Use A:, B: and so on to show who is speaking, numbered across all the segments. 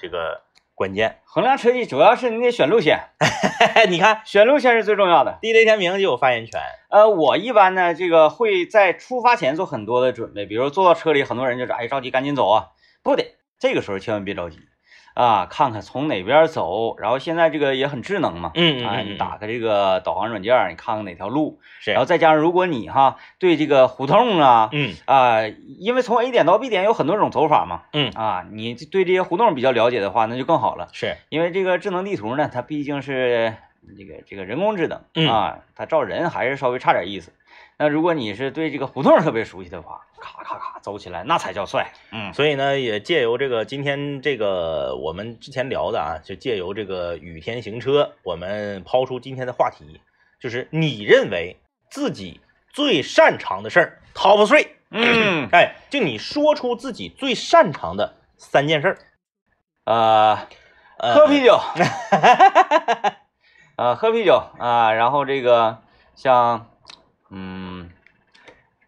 A: 这个关键。
B: 衡量车技主要是你得选路线，
A: 你看，
B: 选路线是最重要的。
A: 地雷天明就有发言权。
B: 呃，我一般呢，这个会在出发前做很多的准备，比如坐到车里，很多人就是哎着急赶紧走啊，不得，这个时候千万别着急啊，看看从哪边走，然后现在这个也很智能嘛，
A: 嗯
B: 啊，
A: 嗯
B: 你
A: 嗯，
B: 打开这个导航软件，你看看哪条路，
A: 是
B: 然，后再加上如果你哈对这个胡同啊。
A: 嗯
B: 啊、因为从 A 点到 B 点有很多种走法嘛，
A: 嗯
B: 啊，你对这些胡同比较了解的话，那就更好了。
A: 是，
B: 因为这个智能地图呢，它毕竟是这个这个人工智能
A: 嗯
B: 啊，它照人还是稍微差点意思。那如果你是对这个胡同特别熟悉的话，咔咔咔走起来那才叫帅。 嗯，
A: 所以呢，也借由这个今天这个我们之前聊的啊，就借由这个雨天行车，我们抛出今天的话题，就是你认为自己最擅长的事儿，top three。
B: 嗯，
A: 哎，就你说出自己最擅长的三件事儿。
B: 呃，
A: 呃
B: 喝啤酒， 呃，喝啤酒啊，然后这个像嗯，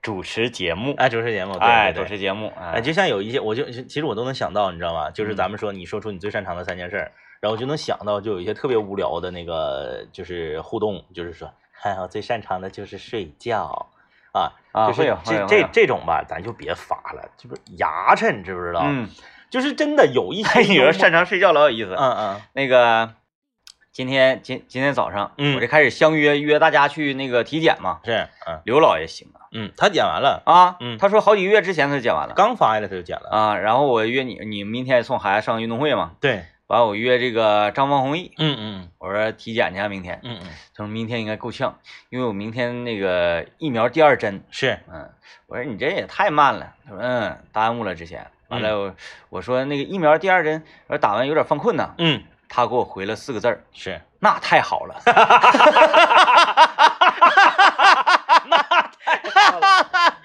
B: 主持节目，
A: 哎，主持节目，对
B: 哎，
A: 对对。
B: 主持节目，哎，
A: 哎，就像有一些，我就其实我都能想到，你知道吗？就是
B: 嗯
A: 咱们说你说出你最擅长的三件事儿，然后我就能想到，就有一些特别无聊的那个就是互动，就是说，哎，我最擅长的就是睡觉啊，
B: 啊
A: 就是
B: 会有会
A: 这
B: 有会
A: 这
B: 有
A: 这种吧，咱就别发了，这不是牙碜，你知不知道？
B: 嗯，
A: 就是真的有 一些
B: 你
A: 幽默
B: 说擅长睡觉老有意思，
A: 嗯嗯
B: 那个今天今今天早上，
A: 嗯
B: 我这开始相约约大家去那个体检嘛。
A: 是嗯
B: 刘老爷行啊，
A: 嗯，他剪完了，
B: 啊，
A: 嗯
B: 他说好几个月之前他就剪完了
A: 刚发下来他就剪了，
B: 啊，然后我约你，你明天送孩子上运动会嘛，
A: 对，
B: 完我约这个张方弘毅，
A: 嗯嗯
B: 我说体检去啊，明天，
A: 嗯嗯，
B: 他说明天应该够呛，因为我明天那个疫苗第二针，
A: 是，
B: 嗯，我说你这也太慢了，他说嗯，耽误了之前，完
A: 嗯
B: 了我我说那个疫苗第二针，我说打完有点犯困呐，
A: 嗯
B: 他给我回了四个字儿，
A: 是。
B: 那太好了。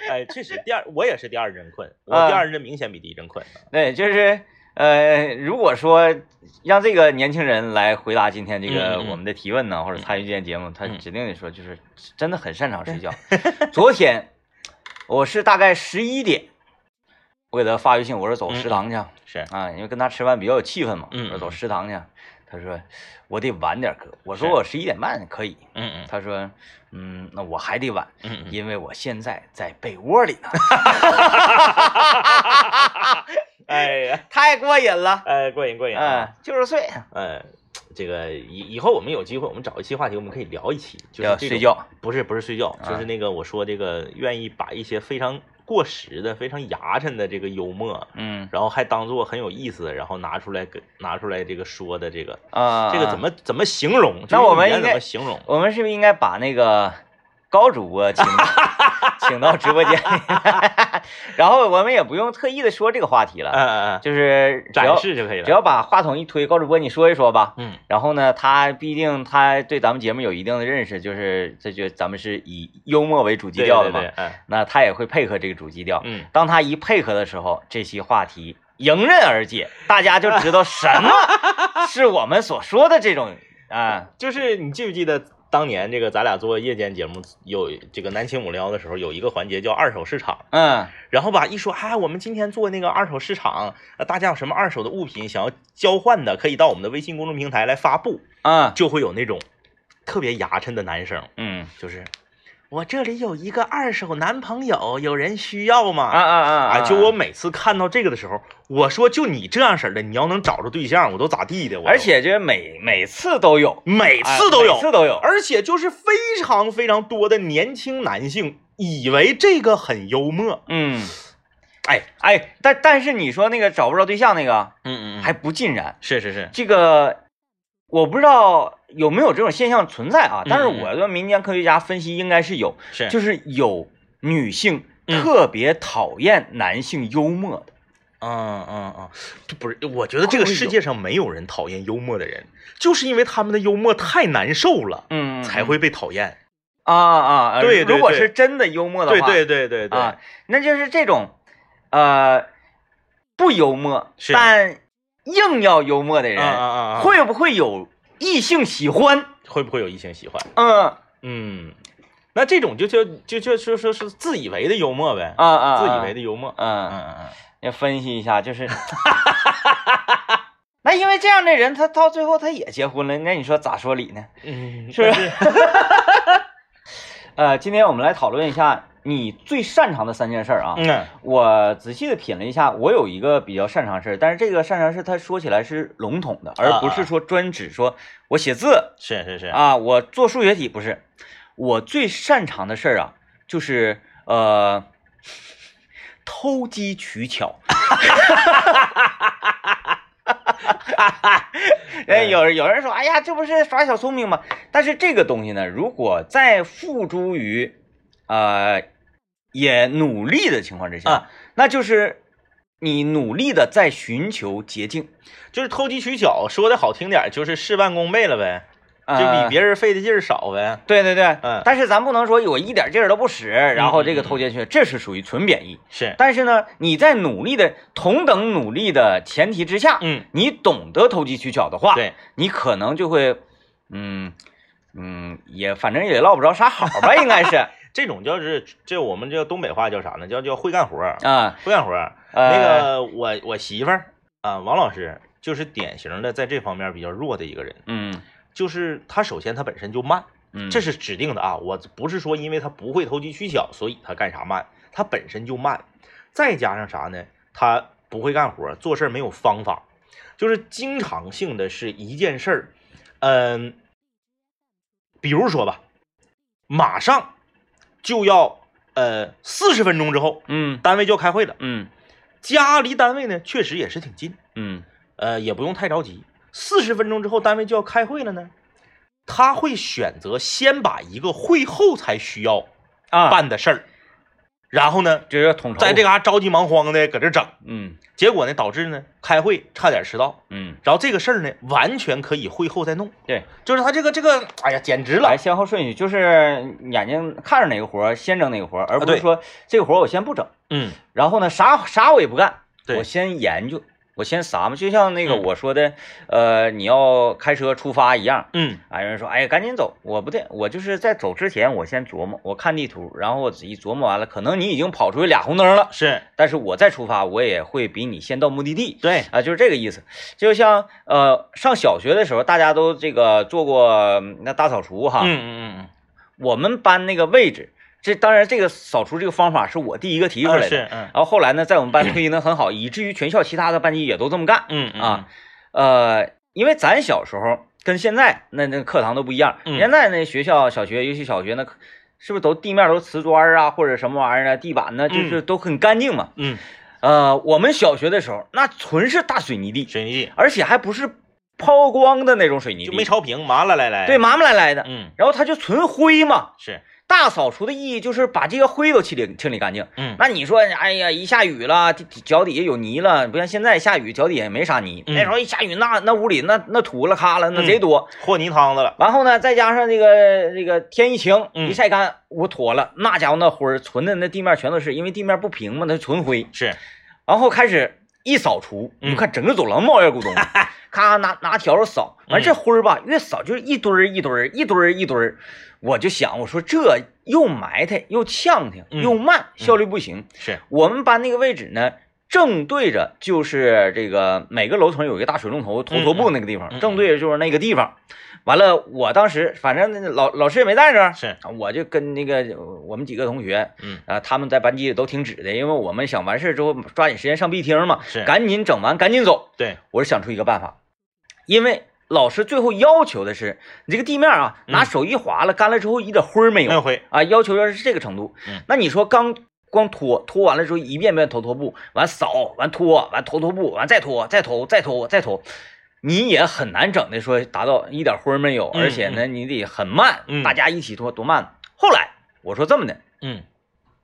A: 哎，确实，第二我也是第二针 困，我
B: 啊
A: 第二针明显比第一针困。
B: 对，就是呃，如果说让这个年轻人来回答今天这个
A: 嗯嗯嗯
B: 我们的提问呢，或者参与这节目，他
A: 嗯
B: 指定得说，就是真的很擅 长睡觉。昨天我是大概十一点，我给他发微信，我说走
A: 嗯
B: 食堂去、
A: 是，
B: 啊，因为跟他吃饭比较有气氛嘛，
A: 嗯嗯
B: 我说走食堂去。啊他说我得晚点哥，我说
A: 是
B: 我十一点半可以。
A: 嗯嗯
B: 他说嗯，那我还得晚，
A: 嗯嗯，
B: 因为我现在在被窝里呢，
A: 哎呀，
B: 太过瘾了。
A: 哎，过瘾过瘾啊！
B: 嗯，就是睡。
A: 哎，这个以以后我们有机会，我们找一期话题，我们可以聊一期，就是
B: 要
A: 这种
B: 睡，觉，
A: 不是不是睡觉，就
B: 啊
A: 是那个我说这个愿意把一些非常过时的、非常牙碜的这个幽默。
B: 嗯
A: 然后还当做很有意思，然后拿出来跟拿出来这个说的这个
B: 啊，
A: 这个怎么怎么形容？这
B: 那
A: 个
B: 我
A: 语
B: 们
A: 言
B: 应
A: 怎
B: 该
A: 么形容？
B: 我们是不是应该把那个高主播请到 请到直播间里？ 然后我们也不用特意的说这个话题
A: 嗯
B: 了，
A: 嗯嗯，
B: 就是只要
A: 展示就可以了。
B: 只要把话筒一推，高主播你说一说吧。
A: 嗯，
B: 然后呢，他毕竟他对咱们节目有一定的认识，就是这就咱们是以幽默为主基
A: 对
B: 调
A: 对
B: 的嘛，啊
A: 对，哎，
B: 那他也会配合这个主基调。
A: 嗯，
B: 当他一配合的时候，这期话题迎刃而解，大家就知道什 么是我们所说的这种啊，
A: 就是你记不记得当年这个咱俩做夜间节目有这个南青五零幺的时候，有一个环节叫二手市场，
B: 嗯
A: 然后吧一说啊，我们今天做那个二手市场，呃，大家有什么二手的物品想要交换的，可以到我们的微信公众平台来发布，
B: 嗯
A: 就会有那种特别牙碜的男生，
B: 嗯
A: 就是我这里有一个二手男朋友，有人需要吗？
B: 啊啊啊
A: 啊！
B: 啊！
A: 就我每次看到这个的时候，我说就你这样式儿的，你要能找着对象，我都咋地的？我都
B: 而且这每每次都有，
A: 每
B: 哎
A: 次都有，
B: 每次都有。
A: 而且就是非常非常多的年轻男性以为这个很幽默，
B: 嗯，
A: 哎，
B: 哎，但但是你说那个找不着对象那个
A: 嗯
B: 还
A: 还
B: 不尽然，
A: 是是是，
B: 这个我不知道有没有这种现象存在啊，但是
A: 嗯嗯
B: 我的民间科学家分析应该是有，
A: 是
B: 就是是有女性
A: 嗯
B: 特别讨厌男性幽默的。
A: 嗯嗯嗯，这不是，我觉得这个
B: 会有
A: 世界上没有人讨厌幽默的人，就是因为他们的幽默太难受了，
B: 嗯
A: 才会被讨厌。
B: 啊啊！啊
A: 对对
B: 如果
A: 对
B: 是真的幽默的
A: 对
B: 话，
A: 对对对对，
B: 啊，那就是这种，呃，不幽默
A: 是
B: 但硬要幽默的
A: 啊啊
B: 人，
A: 啊啊，
B: 会不会有异性喜欢？
A: 会不会有异性喜欢？
B: 嗯啊
A: 嗯，那这种就叫就就就说是自以为的幽默呗，
B: 啊啊，
A: 自以为的幽默。嗯
B: 嗯，
A: 嗯嗯，
B: 要分析一下，就是 那这样的人，他到最后他也结婚了，那你说咋说理呢？
A: 嗯，
B: 是不是？呃，今天我们来讨论一下你最擅长的三件事儿啊。
A: 嗯
B: 我仔细的品了一下，我有一个比较擅长的事儿，但是这个擅长事儿它说起来是笼统的，而不是说专指说我写字
A: 是是是，
B: 啊，我做数学题不是。我最擅长的事儿啊，就是呃，偷机取巧。哎，有人有人说，哎呀，这不是耍小聪明吗？但是这个东西呢，如果在付诸于，呃，也努力的情况之下，
A: 啊
B: 那就是你努力的在寻求捷径，
A: 就是偷鸡取巧，说的好听点儿就是事半功倍了呗，
B: 呃、
A: 就比别人费的劲儿少呗。
B: 对对对，
A: 嗯
B: 但是咱不能说我一点劲儿都不使，然后这个
A: 嗯嗯
B: 偷奸去，这是属于纯贬义。
A: 是，
B: 但是呢，你在努力的同等努力的前提之下，
A: 嗯，
B: 你懂得投机取巧的话，
A: 对，
B: 你可能就会，嗯嗯，也反正也落不着啥好 吧，应该是
A: 这种叫是这我们这东北话叫啥呢？叫叫会干活儿，
B: 啊，
A: 会干活儿。
B: 呃
A: 那个我我媳妇儿啊，王老师就是典型的在这方面比较弱的一个人，
B: 嗯
A: 就是她首先她本身就慢，
B: 嗯，
A: 这
B: 是
A: 是指定的啊，我不是说因为她不会投机取巧，所以她干啥慢，她本身就慢，再加上啥呢？她不会干活，做事儿没有方法，就是经常性的是一件事儿，嗯，比如说吧，马上就要呃四十分钟之后，
B: 嗯
A: 单位就要开会了。
B: 嗯
A: 家离单位呢确实也是挺近，
B: 嗯
A: 呃，也不用太着急。四十分钟之后单位就要开会了呢，他会选择先把一个会后才需要
B: 啊，
A: 办的事儿，然后呢，
B: 这是统筹，
A: 在这嘎着急忙慌的搁这整，
B: 嗯
A: 结果呢导致呢开会差点迟到，
B: 嗯，
A: 然后这个事儿呢完全可以会后再弄，
B: 对，
A: 就是他这个这个，哎呀，简直
B: 来
A: 了，
B: 先后顺序，就是眼睛看着哪个活儿先整哪个活儿，而不
A: 啊对
B: 是说这个活儿我先不整，
A: 嗯
B: 然后呢啥啥我也不干，
A: 对
B: 我先研究，我先撒嘛，就像那个
A: 嗯
B: 我说的，呃，你要开车出发一样。
A: 嗯
B: 啊，有人说，哎呀，赶紧走！我不对，我就是在走之前，我先琢磨，我看地图，然后我仔细琢磨完了，可能你已经跑出去俩红灯了，
A: 是
B: 但是我再出发，我也会比你先到目的地。
A: 对，
B: 啊，就是这个意思。就像呃，上小学的时候，大家都这个做过嗯那大扫除哈。
A: 嗯嗯嗯
B: 我们班那个位置，这当然这个扫除这个方法是我第一个提
A: 嗯，
B: 出
A: 啊
B: 来
A: 是
B: 的。
A: 嗯
B: 然后后来呢，在我们班 推行的很好，以至于全校其他的班级也都这么干。
A: 嗯嗯
B: 啊，呃，因为咱小时候跟现在那那课堂都不一样，
A: 嗯
B: 现在那学校小学，尤其小学那课，是不是都地面都瓷砖啊，或者什么玩意儿啊，地板呢，就是都很干净嘛。
A: 嗯，
B: 呃，我们小学的时候，那纯是大水泥地，
A: 水泥地
B: 而且还不是抛光的那种水泥地，
A: 就没朝平，麻了来来，
B: 对，麻麻赖赖的，
A: 嗯
B: 然后它就纯灰嘛。
A: 是，
B: 大扫除的意义就是把这个灰都清理清理干净。
A: 嗯
B: 那你说，哎呀，一下雨了，地脚底下有泥了，不像现在下雨脚底下也没啥泥。
A: 嗯
B: 那时候一下雨，那那屋里那那土了咔了，那贼多。
A: 和泥汤子了，
B: 完后呢，再加上这个这个天一晴，
A: 嗯
B: 一晒干，屋坨了，那家伙那灰儿存的那地面全都是，因为地面不平嘛，它纯灰。
A: 是
B: 然后开始一扫除，
A: 嗯
B: 你看整个走廊冒 烟咕咚，咔拿拿笤帚扫，
A: 嗯
B: 完这灰儿吧，越扫就是一堆儿一堆儿一堆儿一堆儿，我就想我说这又埋汰又呛挺
A: 嗯
B: 又慢，效率不行。
A: 是，
B: 我们班那个位置呢，正对着就是这个每个楼层有一个大水龙头头头部那个地方，
A: 嗯嗯
B: 正对着就是那个地方。完了，我当时反正那老老师也没在这儿，
A: 是，
B: 我就跟那个我们几个同学，
A: 嗯
B: 啊，他们在班级里都挺指的，因为我们想完事之后抓紧时间上 B 厅嘛，
A: 是，
B: 赶紧整完赶紧走。
A: 对，
B: 我是想出一个办法，因为老师最后要求的是你这个地面啊，
A: 嗯
B: 拿手一划了，干了之后一点灰儿没有，
A: 那回
B: 啊，要求要是这个程度。
A: 嗯
B: 那你说刚光拖拖完了之后，一遍遍拖拖布，完扫，完拖，完拖拖布，完再拖，再拖，再拖，再拖，你也很难整的说达到一点灰儿没有，
A: 嗯
B: 而且呢，你得很慢，
A: 嗯
B: 大家一起拖，多慢呢？后来我说这么的，
A: 嗯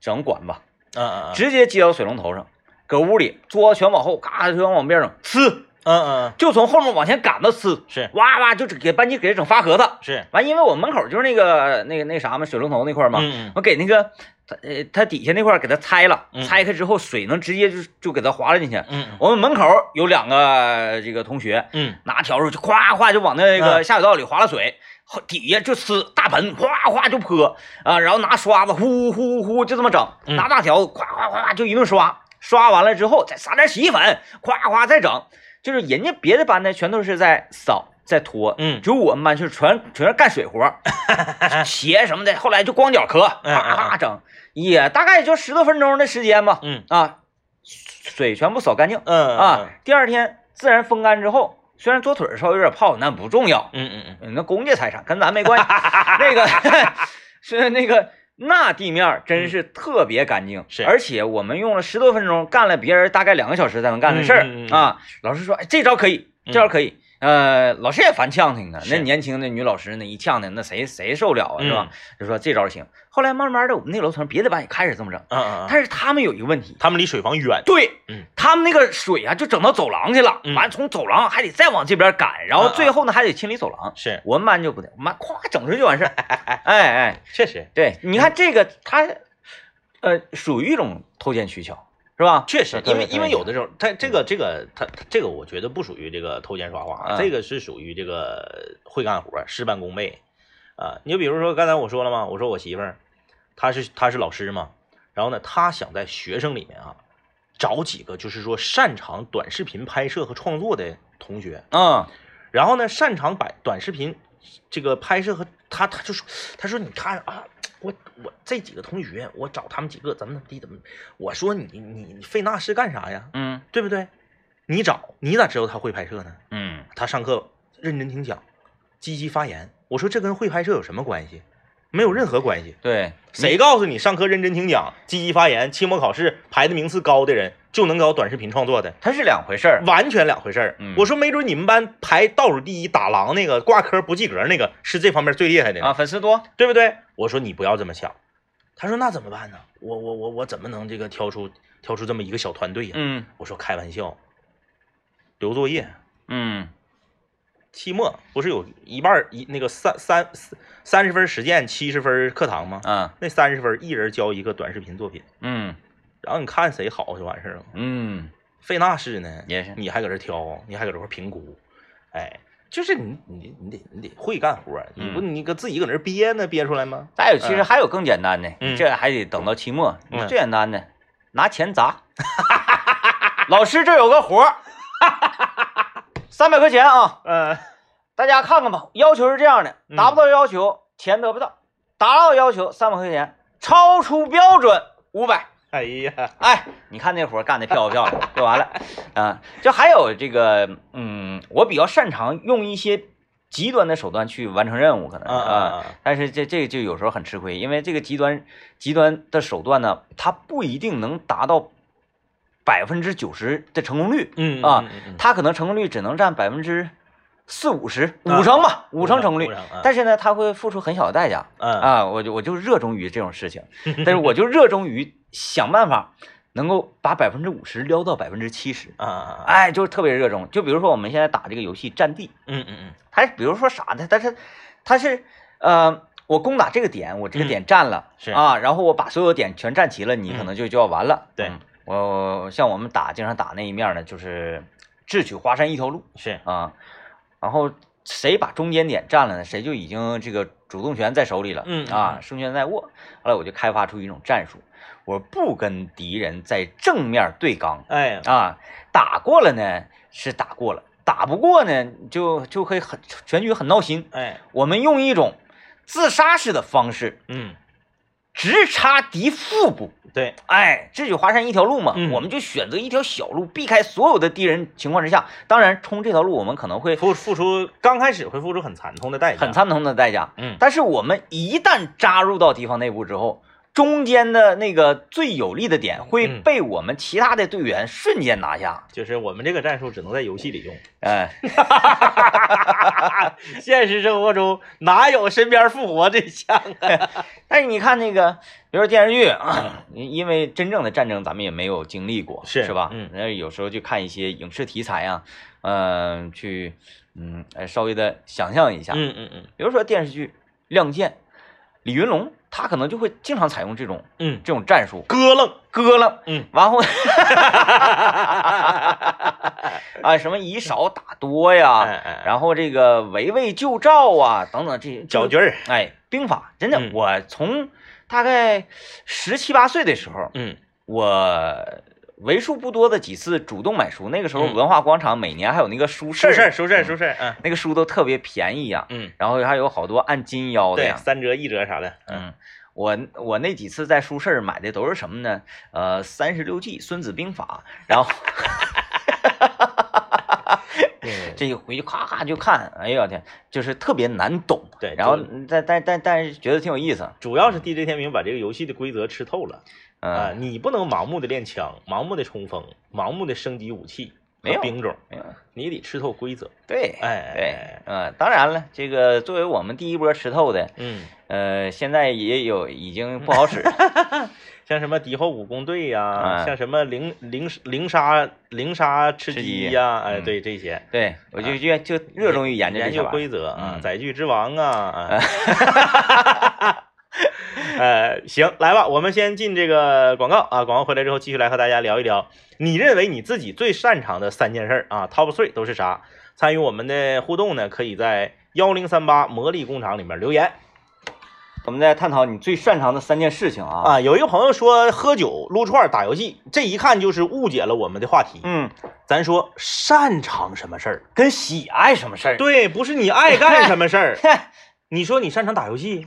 B: 整管吧，
A: 嗯嗯
B: 直接接到水龙头上，搁屋里桌全往后，嘎全往边上呲，
A: 嗯嗯
B: 就从后面往前赶到呲，
A: 是
B: 哇哇就给班级给整发疙瘩。
A: 是，
B: 完，因为我门口就是那个那个那啥嘛，水龙头那块儿嘛，
A: 嗯
B: 我给那个它呃它底下那块儿给它拆了，
A: 嗯
B: 拆开之后水能直接就就给它滑了进去。
A: 嗯
B: 我们门口有两个呃这个同学
A: 嗯
B: 拿笤帚就夸夸就往那个
A: 嗯
B: 下水道里滑了水，后底下就呲大盆，哗哗就泼啊，然后拿刷子呼呼呼就这么整，
A: 嗯
B: 拿大笤帚夸夸夸就一顿刷，刷完了之后再撒点洗衣粉，夸夸再整。就是人家别的班呢，全都是在扫在拖，
A: 嗯
B: 只有我们班就是全全是干水活儿， 鞋什么的，后来就光脚壳，
A: 嗯嗯
B: 啪啪整，也大概也就十多分钟的时间吧，
A: 嗯
B: 啊，水全部扫干净
A: 嗯
B: 啊，，第二天自然风干之后，虽然左腿儿稍微有点泡，那不重要，
A: 嗯嗯嗯
B: 嗯那公家财产跟咱没关系。那 个是那个那地面儿真是特别干净，
A: 嗯是
B: 而且我们用了十多分钟，干了别人大概两个小时才能干的事儿、
A: 嗯嗯嗯
B: 啊。老师说，哎，这招可以，
A: 嗯
B: 这招可以。呃，老师也烦呛挺的，
A: 是嗯
B: 那年轻的女老师那一呛的，那谁谁受不了啊，是吧？就说这招行。后来慢慢的，我们那楼层别的班也开始这么整，
A: 嗯嗯嗯，
B: 但是他们有一个问题，
A: 他们离水房远，
B: 对，
A: 嗯
B: 他们那个水啊，就整到走廊去了，
A: 嗯
B: 完从走廊还得再往这边赶，然后
A: 嗯嗯
B: 最后呢还得清理走廊。
A: 是，
B: 我们班就不得，我们班咵整出去就完事儿。哎哎，
A: 确实
B: 对，你看这个他，呃，属于一种偷奸取巧，是吧？
A: 确实，
B: 对
A: 因为
B: 对对
A: 因为有的时候，他这个这个他他这个，我觉得不属于这个偷奸耍滑啊，
B: 嗯
A: 这个是属于这个会干活，事半功倍啊。你就比如说刚才我说了嘛，我说我媳妇儿，她是她是老师嘛，然后呢，她想在学生里面啊找几个就是说擅长短视频拍摄和创作的同学，
B: 嗯
A: 然后呢，擅长摆短视频这个拍摄和他，他就说，他说你看啊，我我这几个同学，我找他们几个怎么怎么地怎么，我说你你你费那事干啥呀？
B: 嗯
A: 对不对？你找你咋知道他会拍摄呢？
B: 嗯
A: 他上课认真听讲，积极发言。我说这跟会拍摄有什么关系？没有任何关系。
B: 对，
A: 谁告诉你上课认真听讲、积极发言、期末考试排的名次高的人就能搞短视频创作的？
B: 它是两回事儿。
A: 完全两回事儿。
B: 嗯
A: 我说没准你们班排倒数第一打狼那个挂科不及格那个是这方面最厉害的呢
B: 啊，粉丝多，
A: 对不对？我说你不要这么想。他说那怎么办呢？我我我我怎么能这个挑出挑出这么一个小团队呀、
B: 嗯
A: 我说开玩笑，留作业，
B: 嗯
A: 期末不是有一半儿一那个三三三十分实践，七十分课堂吗？
B: 啊
A: 那三十分一人交一个短视频作品，
B: 嗯
A: 然后你看谁好就完事儿了。
B: 嗯，
A: 费那事呢，
B: 也是
A: 你还搁这挑，你还搁这块评估，哎，就是你你你得你得会干活儿，你不你搁自己搁那儿憋呢，憋出来 吗？
B: 还有其实还有更简单的，
A: 嗯
B: 这还得等到期末。
A: 嗯
B: 最简单的，拿钱砸。 老师，这有个活儿， 三百块钱啊，
A: 呃，
B: 大家看看吧。要求是这样的，
A: 嗯
B: 达不到要求、钱得不到，达到要求三百块钱，超出标准五百。
A: 哎呀，
B: 哎，你看那活儿干的漂不漂亮？就完了啊！就还有这个，嗯，我比较擅长用一些极端的手段去完成任务，可能是
A: 啊啊
B: 啊。
A: 啊，
B: 但是这这就有时候很吃亏，因为这个极端极端的手段呢，它不一定能达到百分之九十的成功率，
A: 嗯
B: 啊，
A: 嗯嗯嗯
B: 它可能成功率只能占百分之四五十五成吧，五成成功率
A: 五。成啊
B: 但是呢，它会付出很小的代价
A: 嗯
B: 啊！我就我就热衷于这种事情，但是我就热衷于想办法能够把百分之五十撩到百分之七十，
A: 啊啊，啊
B: 哎，就是特别热衷。就比如说我们现在打这个游戏《战地》，
A: 嗯嗯嗯，
B: 他比如说啥呢？但是他是呃，我攻打这个点，我这个点占了，
A: 嗯是嗯
B: 啊，然后我把所有点全占齐了，你可能就就要完了。
A: 对
B: 嗯我像我们打经常打那一面呢，就是智取华山一条路
A: 是，
B: 啊，然后谁把中间点占了呢，谁就已经这个主动权在手里了，
A: 嗯嗯
B: 啊，胜券在握。后来我就开发出一种战术，我不跟敌人在正面对刚，
A: 哎，
B: 啊，打过了呢是打过了，打不过呢就就会很全局很闹心。
A: 哎，
B: 我们用一种自杀式的方式
A: 嗯，
B: 直插敌腹部，
A: 对，
B: 哎，智取华山一条路嘛，
A: 嗯
B: 我们就选择一条小路，避开所有的敌人情况之下，当然冲这条路我们可能会
A: 付付出刚开始会付出很惨痛的代价，
B: 很，惨痛的代价，
A: 嗯，
B: 但是我们一旦扎入到敌方内部之后。中间的那个最有利的点会
A: 嗯
B: 被我们其他的队员瞬间拿下，
A: 就是我们这个战术只能在游戏里用，
B: 哎，
A: 现实生活中哪有身边复活这项啊？
B: 但是你看那个，比如说电视剧，啊， 因为真正的战争咱们也没有经历过，
A: 嗯是
B: 是吧？
A: 嗯
B: 那有时候就看一些影视题材啊，嗯、去嗯呃稍微的想象一下，
A: 嗯嗯嗯
B: 比如说电视剧《亮剑》，李云龙他可能就会经常采用这种
A: 嗯，
B: 这种战术，
A: 咯楞，
B: 割了，
A: 嗯，
B: 完后啊什么以少打多呀，
A: 哎哎，
B: 然后这个围魏救赵啊等等这些
A: 搅局儿，
B: 哎，兵法真的，
A: 嗯
B: 我从大概十七八岁的时候，
A: 嗯。
B: 我为数不多的几次主动买书。那个时候
A: 嗯
B: 文化广场每年还有那个书市
A: 收
B: 儿，
A: 事收事收事，嗯
B: 那个书都特别便宜呀、
A: 嗯，
B: 然后还有好多按斤腰的
A: 对
B: 呀，。
A: 三折一折啥的，嗯
B: 嗯，我我那几次在书市买的都是什么呢？呃，三十六计、孙子兵法， 然后
A: 嗯
B: 这一回去咔咔就看，哎呦我天，就是特别难懂。
A: 对
B: 然后
A: 就
B: 但但但但是觉得挺有意思。
A: 主要是 DJ 天明把这个游戏的规则吃透了啊、
B: 嗯，
A: 你不能盲目的练枪，盲目的冲锋，盲目的升级武器
B: 没
A: 和
B: 有
A: 兵种，
B: 没有
A: 你得吃透规则。
B: 哎对，
A: 哎
B: 对，嗯，当然了，这个作为我们第一波吃透的，
A: 嗯，
B: 呃，现在也有已经不好使了，
A: 像什么敌后武工队呀、
B: 哎
A: 像什么零零零杀零杀吃
B: 吃
A: 鸡
B: 鸡
A: 呀、哎，
B: 嗯
A: 对这些。
B: 对我就就就热衷于研究这
A: 研
B: 些
A: 究
B: 玩
A: 规
B: 意儿。
A: 则啊，
B: 嗯
A: 载具之王啊，啊嗯 呃，行，来吧，我们先进这个广告啊，广告回来之后继续来和大家聊一聊，你认为你自己最擅长的三件事儿啊，Top three 都是啥？参与我们的互动呢，可以在幺零三八魔力工厂里面留言
B: 我们在探讨你最擅长的三件事情啊。
A: 啊。有一个朋友说喝酒、撸串、打游戏，这一看就是误解了我们的话题。
B: 嗯，
A: 咱说擅长什么事儿？
B: 跟喜爱什么事儿？
A: 对，不是你爱干什么事儿。
B: 嘿，
A: 你说你擅长打游戏，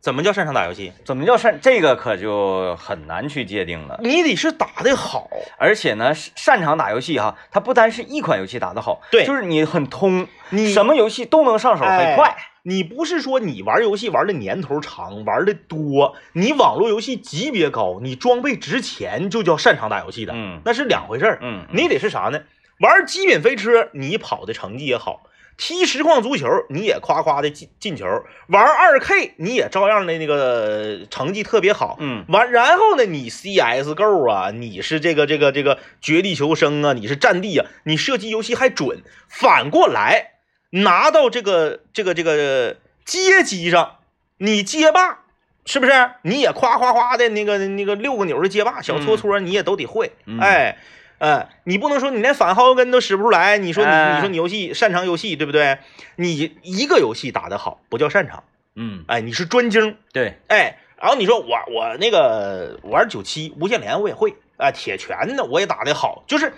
A: 怎么叫擅长打游戏？
B: 怎么叫擅？这个可就很难去界定了。
A: 你得是打的好，
B: 而且呢，擅擅长打游戏哈，它不单是一款游戏打得好，
A: 对
B: 就是你很通，
A: 你
B: 什么游戏都能上手，
A: 哎
B: 很快。
A: 你不是说你玩游戏玩的年头长，玩的多，你网络游戏级别高，你装备值钱就叫擅长打游戏的，
B: 嗯
A: 那是两回事儿。
B: 嗯，嗯
A: 你得是啥呢？玩极品飞车，你跑的成绩也好；踢实况足球，你也夸夸的进进球；玩二 K，你也照样的那个呃成绩特别好。
B: 嗯
A: 完，然后呢，你 CSGO 啊，你是这个这个这个绝地求生啊，你是战地啊，你射击游戏还准。反过来，拿到这个这个这个街机上，你街霸是不是？你也夸夸夸的那个那个六个钮的街霸小搓搓，你也都得会。
B: 嗯
A: 哎，呃，你不能说你连反浩根都使不出来，你说你、
B: 哎
A: 你说你游戏擅长游戏对不对？你一个游戏打得好不叫擅长，
B: 嗯，
A: 哎，你是专精。
B: 对，
A: 哎，然后你说我我那个玩九七无限连我也会啊，铁拳呢我也打得好，就是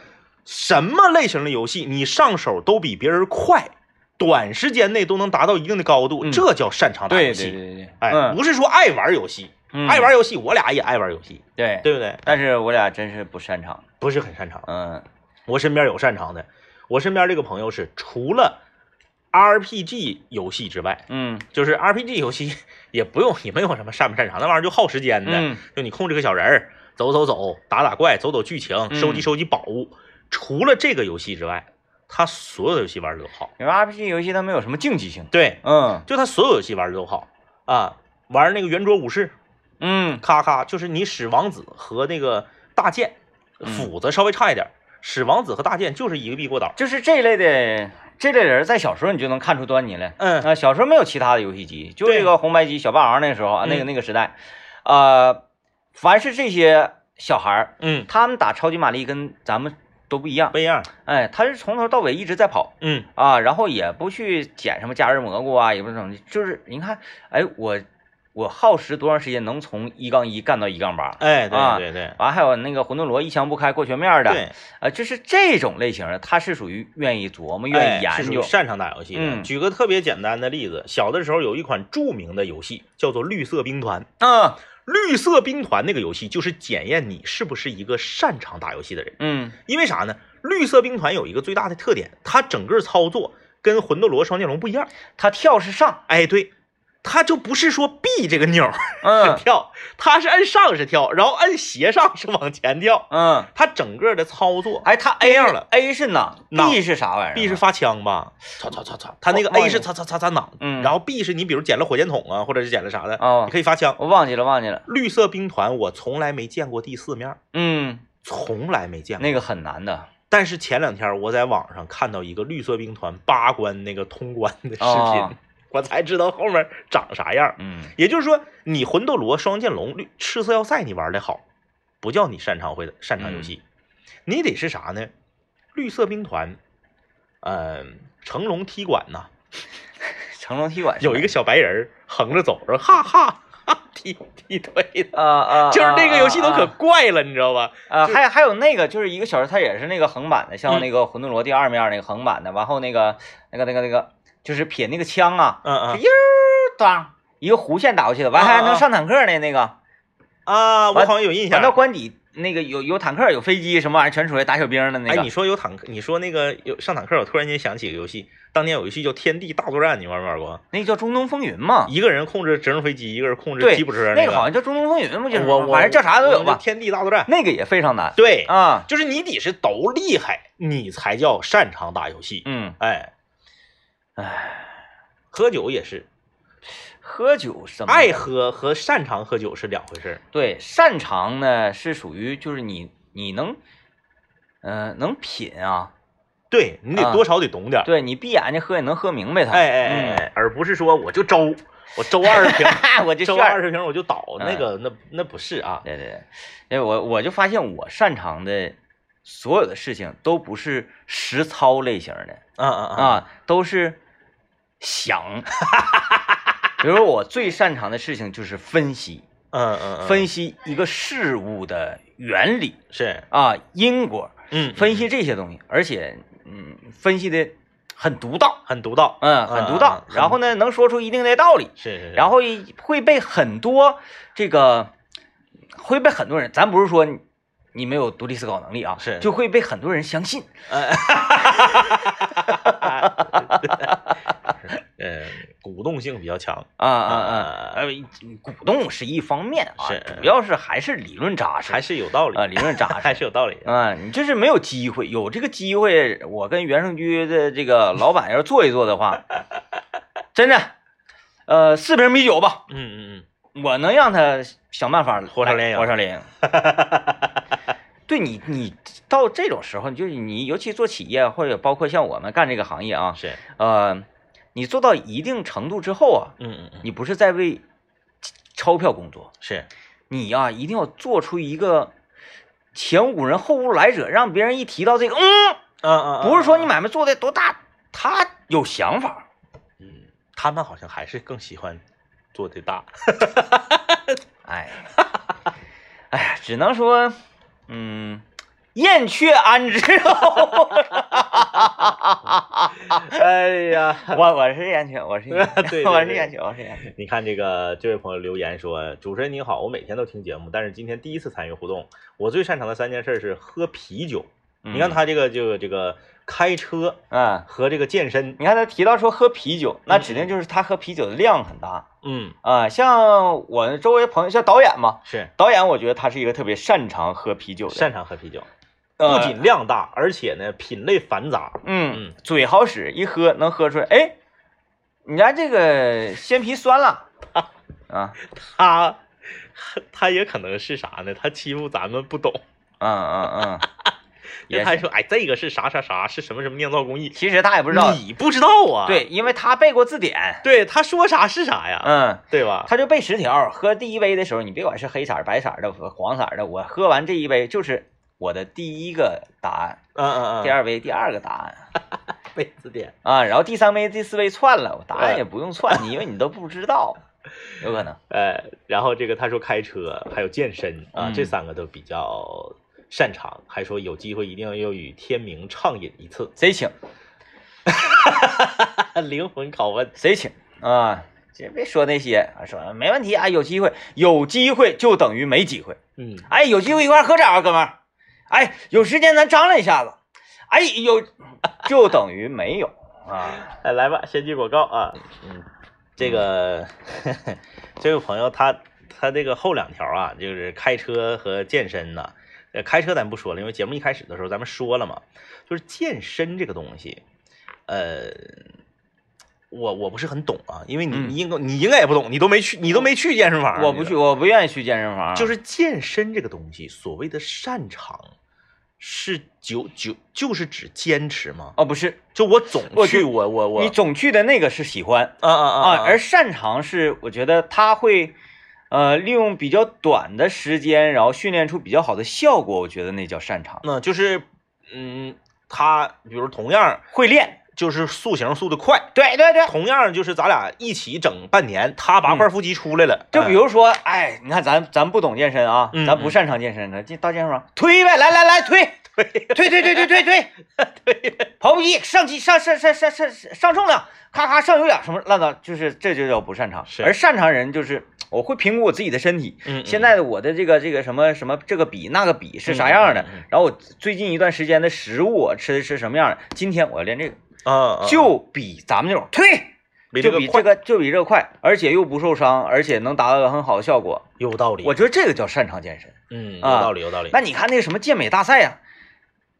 A: 什么类型的游戏你上手都比别人快，短时间内都能达到一定的高度，
B: 嗯
A: 这叫擅长打游
B: 对
A: 戏。
B: 对对对，
A: 哎，
B: 嗯
A: 不是说爱玩游戏，
B: 嗯
A: 爱玩游戏，我俩也爱玩游戏，
B: 对
A: 对不对？
B: 但是我俩真是不擅长，
A: 不是很擅长。
B: 嗯
A: 我身边有擅长的，我身边这个朋友是除了 RPG 游戏之外，
B: 嗯
A: 就是 RPG 游戏也不用也没有什么擅不擅长，那玩意儿就耗时间的。
B: 嗯
A: 就你控制个小人儿，走走走，打打怪，走走剧情，收集
B: 嗯
A: 收集宝物。除了这个游戏之外，他所有的游戏玩的都好。
B: 因为 RPG 游戏它没有什么竞技性，
A: 对，
B: 嗯
A: 就他所有游戏玩的都好啊。玩那个圆桌武士，
B: 嗯
A: 咔咔，就是你使王子和那个大剑，
B: 嗯
A: 斧子稍微差一点儿，使王子和大剑就是一个币过岛。
B: 就是这类的这类人，在小时候你就能看出端倪来。
A: 嗯
B: 啊，小时候没有其他的游戏机，就
A: 对
B: 这个红白机、小霸王那时候啊，那个
A: 嗯
B: 那个时代，呃，凡是这些小孩儿，
A: 嗯，
B: 他们打超级玛丽跟咱们都不一样
A: 不，一样。
B: 哎，他是从头到尾一直在跑
A: 嗯，
B: 啊，然后也不去捡什么加热蘑菇啊，也不是怎么，就是你看，哎，我我耗时多长时间能从一杠一干到一杠八？
A: 哎，对
B: 啊
A: 对对
B: 完、还有那个魂斗罗一枪不开过全面的，
A: 对，
B: 呃，就是这种类型的，他是属于愿意琢磨、愿
A: 哎
B: 意
A: 是
B: 研
A: 属
B: 究
A: 于。擅长打游戏的。
B: 嗯
A: 举个特别简单的例子，小的时候有一款著名的游戏叫做《绿色兵团》。
B: 嗯
A: 绿色兵团那个游戏就是检验你是不是一个擅长打游戏的人，
B: 嗯
A: 因为啥呢？绿色兵团有一个最大的特点，它整个操作跟魂斗罗、双剑龙不一样。
B: 他跳是上，
A: 哎，对，它就不是说 B 这个钮儿
B: 嗯
A: 跳，它是按上是跳，然后按斜上是往前跳。
B: 嗯，
A: 它整个的操作
B: 哎，他 A 样了，A 是哪
A: 哪
B: ，B 是啥玩意儿
A: ，B 是发枪吧，擦擦擦擦，它那个
B: 忘
A: A
B: 了
A: 是擦擦擦擦脑，
B: 嗯
A: 然后 B 是你比如捡了火箭筒啊，或者是捡了啥的，
B: 哦
A: 你可以发枪。
B: 我忘记了，忘记了。
A: 绿色兵团我从来没见过第四面儿，
B: 嗯，
A: 从来没见过。
B: 那个很难的。
A: 但是前两天我在网上看到一个绿色兵团八关那个通关的视频，
B: 哦
A: 我才知道后面长啥样。
B: 嗯
A: 也就是说，你魂斗罗、双剑龙、绿赤色要塞你玩的好，不叫你擅长会的擅长游戏，
B: 嗯
A: 你得是啥呢？绿色兵团，嗯、成龙踢馆呐、
B: 成龙踢馆是
A: 有一个小白人儿横着走，说哈哈哈踢踢腿的，
B: 啊啊，
A: 就是那个游戏都可
B: 啊
A: 怪了，你知道吧？
B: 啊，啊
A: 就
B: 还还有那个就是一个小时，它也是那个横版的，像
A: 嗯
B: 那个《魂斗罗》第二面那个横版的，完后那个那个那个那个就是撇那个枪啊，
A: 嗯嗯
B: 是悠当一个弧线打过去的，完
A: 啊
B: 还
A: 啊
B: 能上坦克呢，那个
A: 啊，我
B: 完
A: 好像有印象
B: 玩。到关底那个有有坦克有飞机什么玩意儿全出来打小兵的那
A: 哎，
B: 个
A: 你，说有坦克，你说那个有上坦克，我突然间想起一个游戏，当年有游戏叫《天地大作战》，你玩没玩过？
B: 那个叫中东风云嘛，
A: 一个人控制直升飞机，一个人控制
B: 对
A: 吉普车，
B: 那
A: 个
B: 个好像叫中东风云嘛，就是
A: 我我
B: 反正叫啥都有
A: 我们
B: 吧
A: 就，天地大作战，
B: 那个也非常难
A: 对，
B: 啊，
A: 就是你得是都厉害，你才叫擅长打游戏。
B: 嗯，
A: 哎，
B: 唉，
A: 喝酒也是，
B: 喝酒什么
A: 爱喝和擅长喝酒是两回事儿。
B: 对，擅长呢是属于就是你你能，呃，能品啊，
A: 对你得
B: 啊
A: 多少得懂点儿。
B: 对啊你闭眼睛喝也能喝明白它。
A: 哎哎哎哎，而不是说我就周，我周二十瓶
B: 嗯，，哈， 我就
A: 周
B: 炫儿
A: 二十瓶我就倒，
B: 嗯
A: 那个那那不是啊。
B: 对对对，哎，我我就发现我擅长的所有的事情都不是实操类型的
A: 啊啊啊！
B: 啊，都是想。 比如我最擅长的事情就是分析，
A: 嗯嗯嗯，
B: 分析一个事物的原理
A: 是
B: 啊、因果，
A: 嗯
B: 分
A: 嗯
B: 析这些东西，而且嗯，分析的很独到，
A: 很独到，
B: 嗯，很独
A: 啊
B: 到
A: 啊。很
B: 然后呢，能说出一定的道理，
A: 是是是。
B: 然后一会被很多这个会被很多人，咱不是说你你没有独立思考能力啊，
A: 是
B: 就会被很多人相信。
A: 嗯，鼓动性比较强。
B: 啊啊
A: 啊
B: 啊！呃，鼓动是一方面啊
A: 是，
B: 主要是还是理论扎实，
A: 还是有道理
B: 啊，理论扎实
A: 还是有道理的。
B: 啊。你这是没有机会，有这个机会，我跟原生居的这个老板要是坐一坐的话，真的，呃，四瓶啤酒吧，
A: 嗯嗯
B: 我能让他想办法
A: 活上脸影
B: 活上 脸影。对你，你到这种时候，就是你，尤其做企业或者包括像我们干这个行业
A: 嗯，
B: 啊，
A: 是，
B: 呃，你做到一定程度之后啊，
A: 嗯嗯嗯，
B: 你不是在为钞票工作，
A: 是
B: 你呀、一定要做出一个前无古人后无来者，让别人一提到这个，嗯，
A: 啊啊
B: 不是说你买卖做的多大，他有想法，
A: 嗯，他们好像还是更喜欢做的大。
B: 哎，哎呀，只能说，嗯，燕雀安知？
A: 哎呀，
B: 我我是燕雀，我是燕
A: 对对
B: 雀，我是
A: 对
B: 燕雀，我是燕雀。
A: 你看这个这位朋友留言说：“主持人你好，我每天都听节目，但是今天第一次参与互动。我最擅长的三件事是喝啤酒。你看
B: 嗯，
A: 他这个就这个开车
B: 嗯，
A: 和这个健身，
B: 你看他提到说喝啤酒，那
A: 嗯
B: 指定就是他喝啤酒的量很大
A: 嗯，
B: 啊。像我周围朋友，像导演嘛，
A: 是
B: 导演我觉得他是一个特别擅长喝啤酒的，
A: 擅长喝啤酒，
B: 呃
A: 不仅量大，而且呢品类繁杂。
B: 嗯
A: 嗯，
B: 嘴好使，一喝能喝出来，哎，你家这个鲜啤酸 了啊。
A: 他 他也可能是啥呢？他欺负咱们不懂，
B: 嗯嗯嗯，也
A: 就他
B: 是
A: 说哎 这个是啥啥啥是什么什么酿造工艺，
B: 其实他也不知道，
A: 你不知道啊？
B: 对，因为他背过字典，
A: 对，他说啥是啥呀？
B: 嗯，
A: 对吧？
B: 他就背十条。喝第一杯的时候，你别管是黑色儿、白色儿的、黄色儿的，我喝完这一杯就是我的第一个答案，
A: 嗯嗯嗯。
B: 第二杯第二个答案
A: 杯字典。
B: 啊，然后第三杯、第四杯串了，我答案也不用串，你因为你都不 知道，有可能，
A: 呃，然后这个他说开车还有健身啊，
B: 嗯
A: 这三个都比较擅长，还说有机会一定要与天明畅饮一次，
B: 谁请
A: 灵魂拷问。
B: 谁请啊。这别说那些，啊说没问题啊，有机会，有机会就等于没机会。
A: 嗯，
B: 哎，有机会一块儿喝点啊，哥们儿。哎，有时间咱张罗一下子。哎，有就等于没有啊。
A: 哎，来吧，先进广告啊。嗯，这个 这位朋友他他这个后两条啊，就是开车和健身呐、呃，开车咱不说了，因为节目一开始的时候咱们说了嘛，就是健身这个东西，呃，我我不是很懂啊，因为你
B: 嗯
A: 你应该你应该也不懂，你都没去，你都没去健身房，
B: 我不去，。我不愿意去健身房。
A: 啊
B: 啊
A: 就是健身这个东西，所谓的擅长，是久久就是指坚持吗？
B: 哦，不是，
A: 就我总
B: 我
A: 去，
B: 觉
A: 我我我
B: 你总去的那个是喜欢
A: 啊啊
B: 啊，而擅长是我觉得他会，呃，利用比较短的时间，然后训练出比较好的效果，我觉得那叫擅长。
A: 那就是嗯，他比如同样
B: 会练，
A: 就是塑形塑的快。
B: 对对对，
A: 同样就是咱俩一起整半年，他八块腹肌出来了，
B: 嗯就比如说，哎，你看咱咱不懂健身啊，
A: 嗯
B: 咱不擅长健身的，进到健身房推呗，来来 来推。推推推推推推推，跑步机上机上上上上上上重量，咔咔上有氧什么烂糟，就是这就叫不擅长。
A: 是
B: 而擅长人就是我会评估我自己的身体，
A: 嗯，嗯
B: 现在的我的这个这个什么什么这个比那个比是啥样的
A: 嗯嗯嗯嗯，
B: 然后我最近一段时间的食物我吃的是什么样的，今天我要练这个，
A: 啊，啊
B: 就比咱们这种推
A: 比这
B: 就
A: 个
B: 比这
A: 快
B: 个就比这个快，而且又不受伤，而且能达到很好的效果。
A: 有道理，
B: 我觉得这个叫擅长健身。
A: 嗯有
B: 啊
A: 道理有道理。
B: 那你看那个什么健美大赛呀、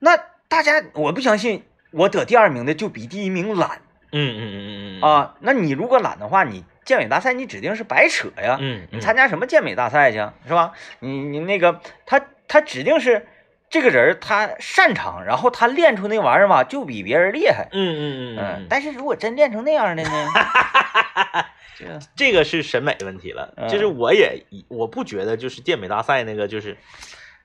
B: 那大家我不相信我得第二名的就比第一名懒
A: 嗯嗯嗯嗯嗯嗯
B: 啊。那你如果懒的话，你健美大赛你指定是白扯呀。
A: 嗯，
B: 你参加什么健美大赛去是吧？你你那个他他指定是这个人儿他擅长，然后他练出那玩意儿吧，就比别人厉害。
A: 嗯嗯嗯
B: 嗯
A: 嗯，，
B: 但是如果真练成那样的 呢？这个
A: 这个是审美问题了。
B: 嗯
A: 就是我也我不觉得就是健美大赛那个就是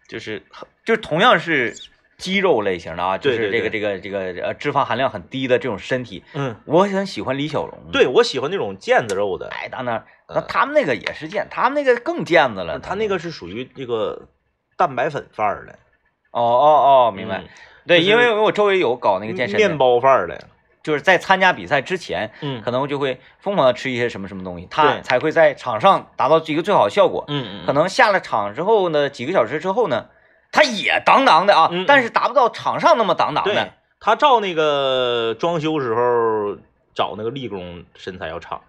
A: 就是
B: 就是同样是肌肉类型的啊，就
A: 对
B: 是这
A: 对
B: 个这个这个呃脂肪含量很低的这种身体，
A: 嗯，
B: 我很喜欢李小龙。，
A: 对我喜欢那种腱子肉的，
B: 哎，大那儿
A: 嗯
B: 那他们那个也是健，他们那个更健子了。
A: 他呃那个是属于这个蛋白粉范儿的，
B: 哦哦哦，明白
A: 嗯。
B: 对，
A: 就是
B: 因为我周围有搞那个健身
A: 面
B: 的，
A: 包范儿的，
B: 就是在参加比赛之前，
A: 嗯
B: 可能就会疯狂的吃一些什么什么东西，他
A: 对
B: 才会在场上达到一个最好的效果。
A: 嗯嗯，
B: 可能下了场之后呢，几个小时之后呢，他也当当的啊，
A: 嗯嗯
B: 但是达不到场上那么当当
A: 对
B: 的。
A: 他照那个装修时候找那个力工身材要差，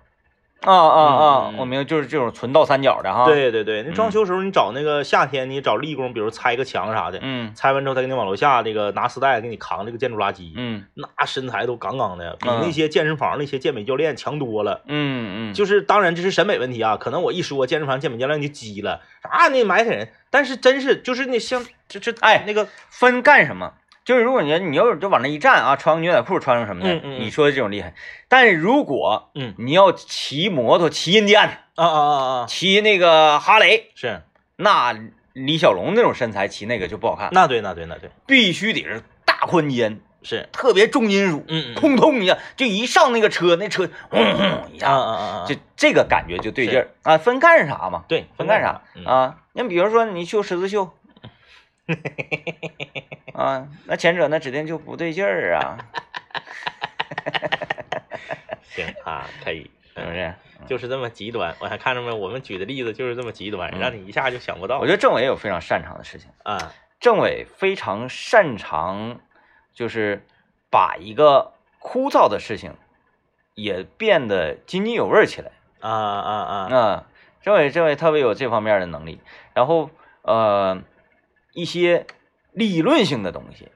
B: 啊啊啊
A: 嗯！嗯
B: 我明白，就是这种纯倒三角的哈。，
A: 对对对，那
B: 嗯
A: 装修时候你找那个夏天你找力工，比如拆个墙啥的，
B: 嗯
A: 拆完之后他给你往楼下那个拿丝带给你扛这个建筑垃圾，
B: 嗯
A: 那身材都杠杠的，比
B: 嗯
A: 那些健身房那些健美教练强多了。
B: 嗯嗯，
A: 就是当然这是审美问题啊，可能我一说健身房健美教练你就急了啊，那埋汰人。但是真是就是那像这这
B: 哎
A: 那个
B: 分干什么？就是如果你你要是就往那一站啊，穿个牛仔裤，穿成什么的，
A: 嗯嗯嗯
B: 你说的这种厉害。但是如果
A: 嗯
B: 你要骑摩托，骑印第安，
A: 啊啊啊啊
B: 骑那个哈雷，
A: 是
B: 那李小龙那种身材骑那个就不好看，
A: 那对那对那对
B: 必须得是大宽肩，
A: 是
B: 特别重金属，
A: 嗯嗯
B: 通通一下，就一上那个车，那车轰轰一
A: 啊
B: 下，
A: 啊啊啊
B: 就这个感觉就对劲儿啊。分干啥嘛？
A: 对
B: 分干啥
A: 嗯
B: 啊？你比如说你绣十字绣， 啊，那前者那指定就不对劲儿啊，
A: 行啊可以
B: 是不
A: 嗯
B: 是？
A: 就是这么极端，我还看着没有？我们举的例子就是这么极端，
B: 嗯
A: 让你一下就想不到。
B: 我觉得政委有非常擅长的事情，
A: 啊，
B: 政委非常擅长就是把一个枯燥的事情也变得津津有味儿起来。
A: 啊啊啊！
B: 啊，政委政委特别有这方面的能力。然后呃，一些理论性的东西，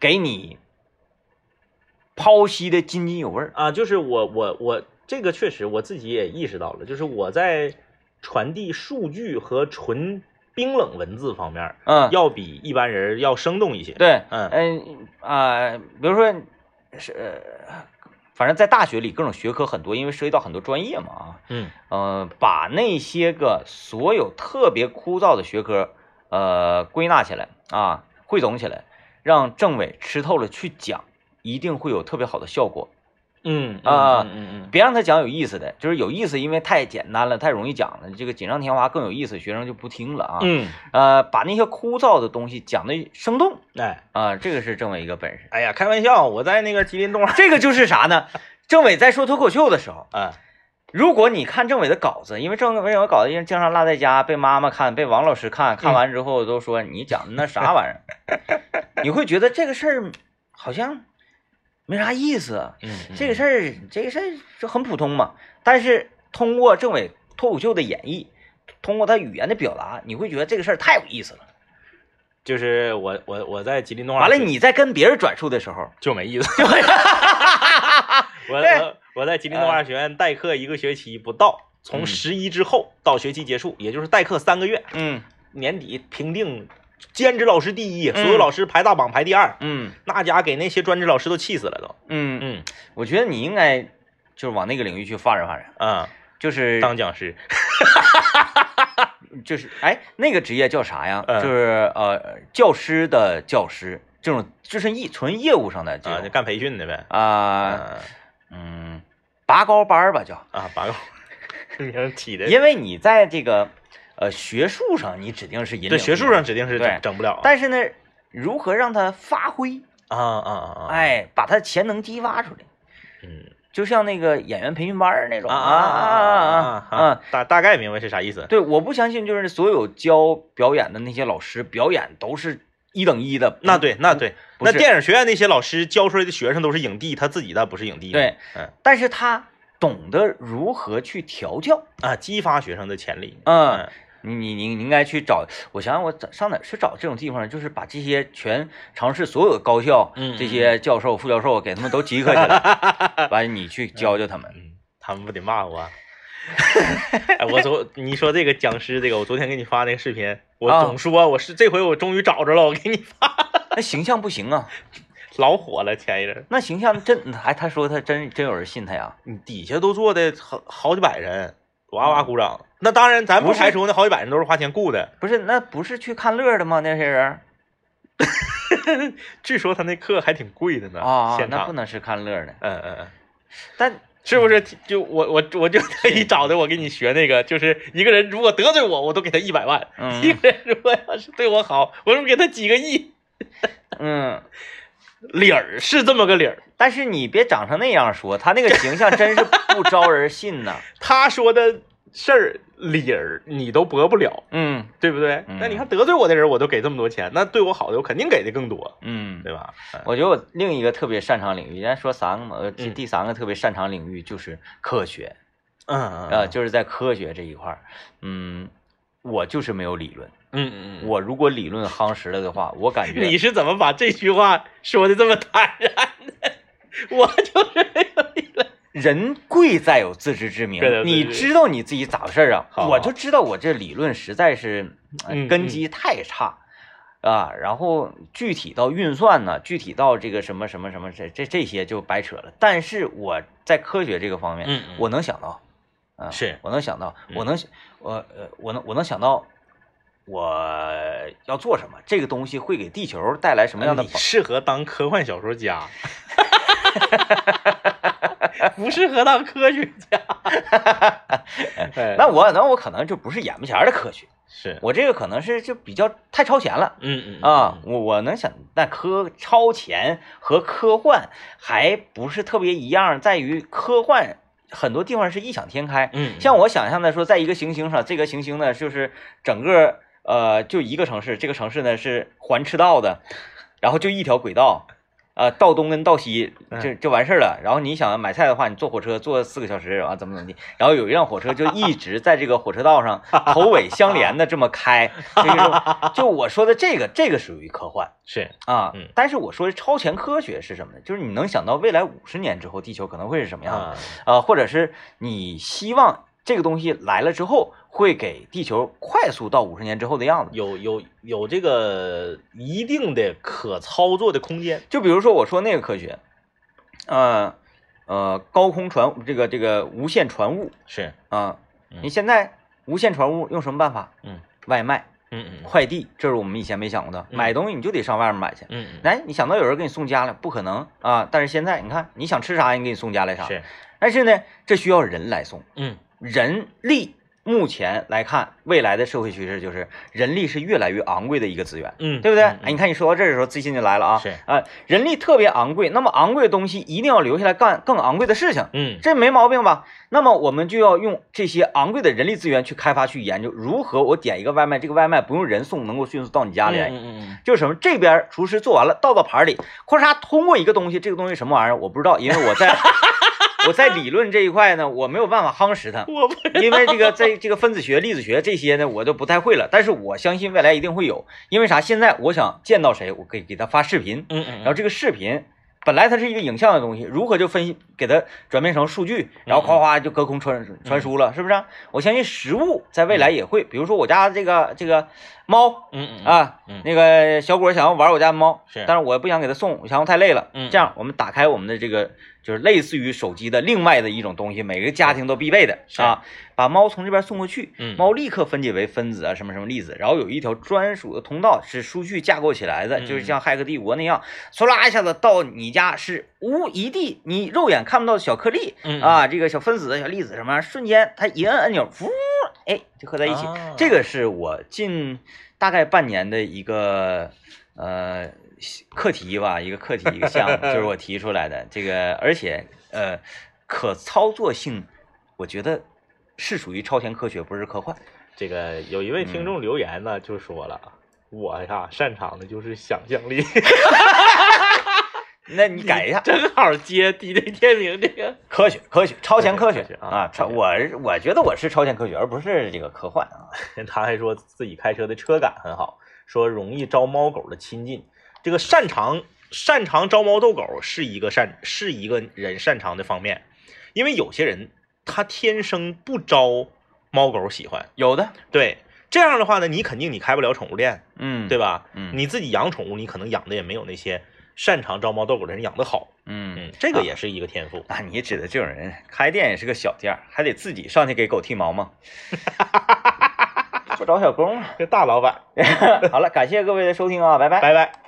B: 给你剖析的津津有味儿。
A: 啊，就是我我我这个确实我自己也意识到了，就是我在传递数据和纯冰冷文字方面，
B: 嗯，
A: 要比一般人要生动一些。，
B: 对，
A: 嗯
B: 嗯啊、比如说是、呃反正在大学里各种学科很多，因为涉及到很多专业嘛啊，
A: 嗯
B: 呃，把那些个所有特别枯燥的学科，呃，归纳起来啊，汇总起来，让政委吃透了去讲，一定会有特别好的效果。
A: 嗯
B: 啊
A: 嗯嗯
B: 别让他讲有意思的，就是有意思，因为太简单了，太容易讲了，这个锦上添花更有意思，学生就不听了啊。
A: 嗯
B: 呃，把那些枯燥的东西讲的生动
A: 嗯，哎
B: 啊、这个是政委一个本事。
A: 哎呀，开玩笑，我在那个吉林动画，
B: 这个就是啥呢？政委在说脱口秀的时候，
A: 啊
B: 如果你看政委的稿子，因为政委有稿子因为经常落在家，被妈妈看，被王老师看，看完之后都说你讲的那啥玩意儿， 你会觉得这个事儿好像没啥意思，
A: 嗯，
B: 这个事儿这个事儿就很普通嘛。但是通过政委脱口秀的演绎，通过他语言的表达，你会觉得这个事儿太有意思了。
A: 就是我我我在吉林动画
B: 完了，
A: 学
B: 你在跟别人转述的时候，
A: 就没意思。
B: 就会
A: 我
B: 对
A: 我我在吉林动画学院代课一个学期不到，
B: 嗯
A: 从十一之后到学期结束，也就是代课三个月，
B: 嗯
A: 年底评定兼职老师第一，
B: 嗯
A: 所有老师排大榜排第二，
B: 嗯
A: 那家给那些专职老师都气死了都。
B: 嗯，
A: 嗯
B: 我觉得你应该就是往那个领域去发展发展，
A: 啊，
B: 就是
A: 当讲师，
B: 就是哎，那个职业叫啥呀？
A: 嗯
B: 就是呃，教师的教师，这种这是业纯业务上的这
A: 啊，就
B: 种
A: 干培训的呗。
B: 啊，
A: 啊
B: 嗯，拔高班儿吧叫，
A: 啊，拔高，名儿起的，
B: 因为你在这个呃学术上你指定是引领
A: 对学术上指定是
B: 对
A: 整整不了啊。
B: 但是呢，如何让它发挥，
A: 啊啊啊，啊，
B: 哎，把它潜能激发出来，
A: 嗯
B: 就像那个演员培训班儿那种
A: 啊
B: 啊
A: 啊啊
B: 啊！，
A: 大大概明白是啥意思。
B: 对，我不相信，就是所有教表演的那些老师，表演都是一等一的。
A: 那对，那对，
B: 不
A: 那
B: 是
A: 电影学院那些老师教出来的学生都是影帝，他自己的不是影帝。
B: 对，
A: 嗯
B: 但是他懂得如何去调教。
A: 啊，激发学生的潜力。
B: 嗯
A: 嗯，
B: 你你你你应该去找，我想想我找上哪儿去找这种地方呢？就是把这些全城市所有的高校，
A: 嗯
B: 这些教授、副教授给他们都集合起来，完了你去教教 他们。
A: 嗯，他们不得骂我啊？ 哎，我昨你说这个讲师这个，我昨天给你发那个视频，我
B: 啊
A: 总说我是这回我终于找着了，我给你发
B: 那形象不行啊，
A: 老火了前一阵儿，
B: 那形象真还他说他真真有人信他呀？
A: 你底下都坐的好好几百人，哇哇鼓掌。嗯那当然，咱不
B: 不是
A: 排除那好几百人都是花钱雇的。
B: 不是，那不是去看乐儿的吗？那些人
A: 据说他那课还挺贵的呢，
B: 啊，
A: 现
B: 那
A: 场
B: 不。能是看乐儿的，
A: 嗯嗯嗯，
B: 但
A: 是不是？就我我我就特意找的，我给你学那个，就是一个人如果得罪我，我都给他一百万；
B: 嗯
A: 一个人如果要是对我好，我是不是给他几个亿？
B: 嗯，
A: 理儿是这么个理儿。
B: 但是你别长成那样说，他那个形象真是不招人 信呐。
A: 他说的事儿理儿你都驳不了，
B: 嗯
A: 对不对？
B: 嗯
A: 那你看得罪我的人，我都给这么多钱，那对我好的我肯定给的更多，
B: 嗯，
A: 对吧？嗯
B: 我觉得我另一个特别擅长领域，人家说三个嘛，呃，第
A: 嗯
B: 第三个特别擅长领域就是科学，
A: 嗯
B: 呃，就是在科学这一块儿，嗯，我就是没有理论，
A: 嗯嗯嗯，
B: 我如果理论夯实了的话，我感 觉
A: 你是怎么把这句话说的这么坦然的？我就是没有理论。
B: 人贵在有自知之明
A: 贵在有，自知
B: 你
A: 之明
B: 知道你自己咋回事儿啊？
A: 好
B: 我就知道我这理论实在是呃
A: 嗯
B: 根基太差。啊，然后具体到运算呢，具体到这个什么什么什么这这这些就白扯了。但是我在科学这个方面，
A: 嗯嗯
B: 我能想到，啊，
A: 是
B: 我能想到，
A: 嗯
B: 我能，我呃，我能我能想到我要做什么，这个东西会给地球带来什么样的
A: 你
B: 帮
A: 适合当科幻小说 家，不适合当科学 家。哎
B: 那我那我可能就不是眼巴前儿的科学，
A: 是
B: 我这个可能是就比较太超前了
A: 嗯嗯
B: 啊，我我能想，但科超前和科幻还不是特别一样，在于科幻很多地方是异想天开，
A: 嗯，嗯
B: 像我想象的说，在一个行星上，这个行星呢就是整个呃就一个城市，这个城市呢是环赤道的，然后就一条轨道。呃，到东跟到西就就完事儿了。然后你想买菜的话，你坐火车坐四个小时，啊，怎么怎么地。然后有一辆火车就一直在这个火车道上头尾相连的这么开，这个就就我说的这个，这个属于科幻
A: 是
B: 啊
A: 嗯。
B: 但是我说的超前科学是什么呢？就是你能想到未来五十年之后地球可能会是什么样的。
A: 啊，
B: 呃，或者是你希望这个东西来了之后会给地球快速到五十年之后的样子。
A: 有有有这个一定的可操作的空间。
B: 就比如说我说那个科学，呃呃，高空传这个这个无线传物
A: 是，
B: 啊、
A: 嗯
B: 你现在无线传物用什么办法？
A: 嗯，
B: 外卖、
A: 嗯嗯
B: 快递，这是我们以前没想过的。
A: 嗯
B: 买东西你就得上外面买去。
A: 嗯嗯，
B: 哎，你想到有人给你送家了，不可能啊！但是现在你看，你想吃啥，人给你送家来啥。
A: 是，
B: 但是呢，这需要人来送。
A: 嗯
B: 人力目前来看，未来的社会趋势就是人力是越来越昂贵的一个资源，
A: 嗯，
B: 对不对？
A: 嗯
B: 哎，你看你说到这儿的时候，自信就来了啊。
A: 是
B: 啊、人力特别昂贵，那么昂贵的东西一定要留下来干更昂贵的事情，
A: 嗯
B: 这没毛病吧？那么我们就要用这些昂贵的人力资源去开发、去研究如何我点一个外卖，这个外卖不用人送，能够迅速到你家里来。哎
A: 嗯嗯嗯
B: 就是什么，这边厨师做完了，倒到盘里，咔嚓通过一个东西，这个东西什么玩意儿我不知道，因为我在 我在理论这一块呢，我没有办法夯实它
A: 嗯，，我不
B: 因为这个在这个分子学、粒子学这些呢，我都不太会了。但是我相信未来一定会有，因为啥？现在我想见到谁，我可以给他发视频，
A: 嗯嗯，
B: 然后这个视频本来它是一个影像的东西，如何就分析给它转变成数据，然后夸夸就隔空传传输了，是不是啊、我相信实物在未来也会，比如说我家这个这个猫
A: 嗯嗯啊
B: 啊，
A: 嗯
B: 那个小果想要玩我家猫，
A: 是
B: 但是我也不想给它送，我嫌我太累了。
A: 嗯
B: 这样我们打开我们的这个就是类似于手机的另外的一种东西，每个家庭都必备的
A: 是
B: 啊，把猫从这边送过去，
A: 嗯
B: 猫立刻分解为分子啊什么什么粒子，然后有一条专属的通道是数据架构起来的，
A: 嗯
B: 就是像《骇客帝国》那样，唰啦一下子到你家是无一地你肉眼看不到的小颗粒
A: 嗯
B: 啊，这个小分子、小粒子什么，瞬间它一摁按钮，呜，哎就合在一起。
A: 啊
B: 这个是我近大概半年的一个呃课题吧，一个课题一个项目，就是我提出来的这个，而且呃可操作性，我觉得是属于超前科学，不是科幻。
A: 这个有一位听
B: 嗯
A: 众留言呢，就说了。我呀，擅长的就是想象力，
B: 那你改一 下，
A: 正好接 DJ 天明这个。
B: 科学科学超前科学
A: 科学科学啊
B: 啊！超我我觉得我是超前科学，而不是这个科幻啊。
A: 他还说自己开车的车感很好，说容易招猫狗的亲近。这个擅长擅长招猫逗狗是一个擅是一个人擅长的方面，因为有些人他天生不招猫狗喜欢。
B: 有的，
A: 对，这样的话呢，你肯定你开不了宠物店，
B: 嗯，
A: 对
B: 吧？
A: 吧？
B: 嗯
A: 你自己养宠物，你可能养的也没有那些擅长招猫逗狗的人养的好。
B: 嗯
A: 嗯，，这个也是一个天赋。
B: 那你指的这种人，开店也是个小店儿，还得自己上去给狗剃毛吗？ 不找小工啊。
A: 这大老板，
B: 好了，感谢各位的收听啊，拜拜。
A: 拜拜。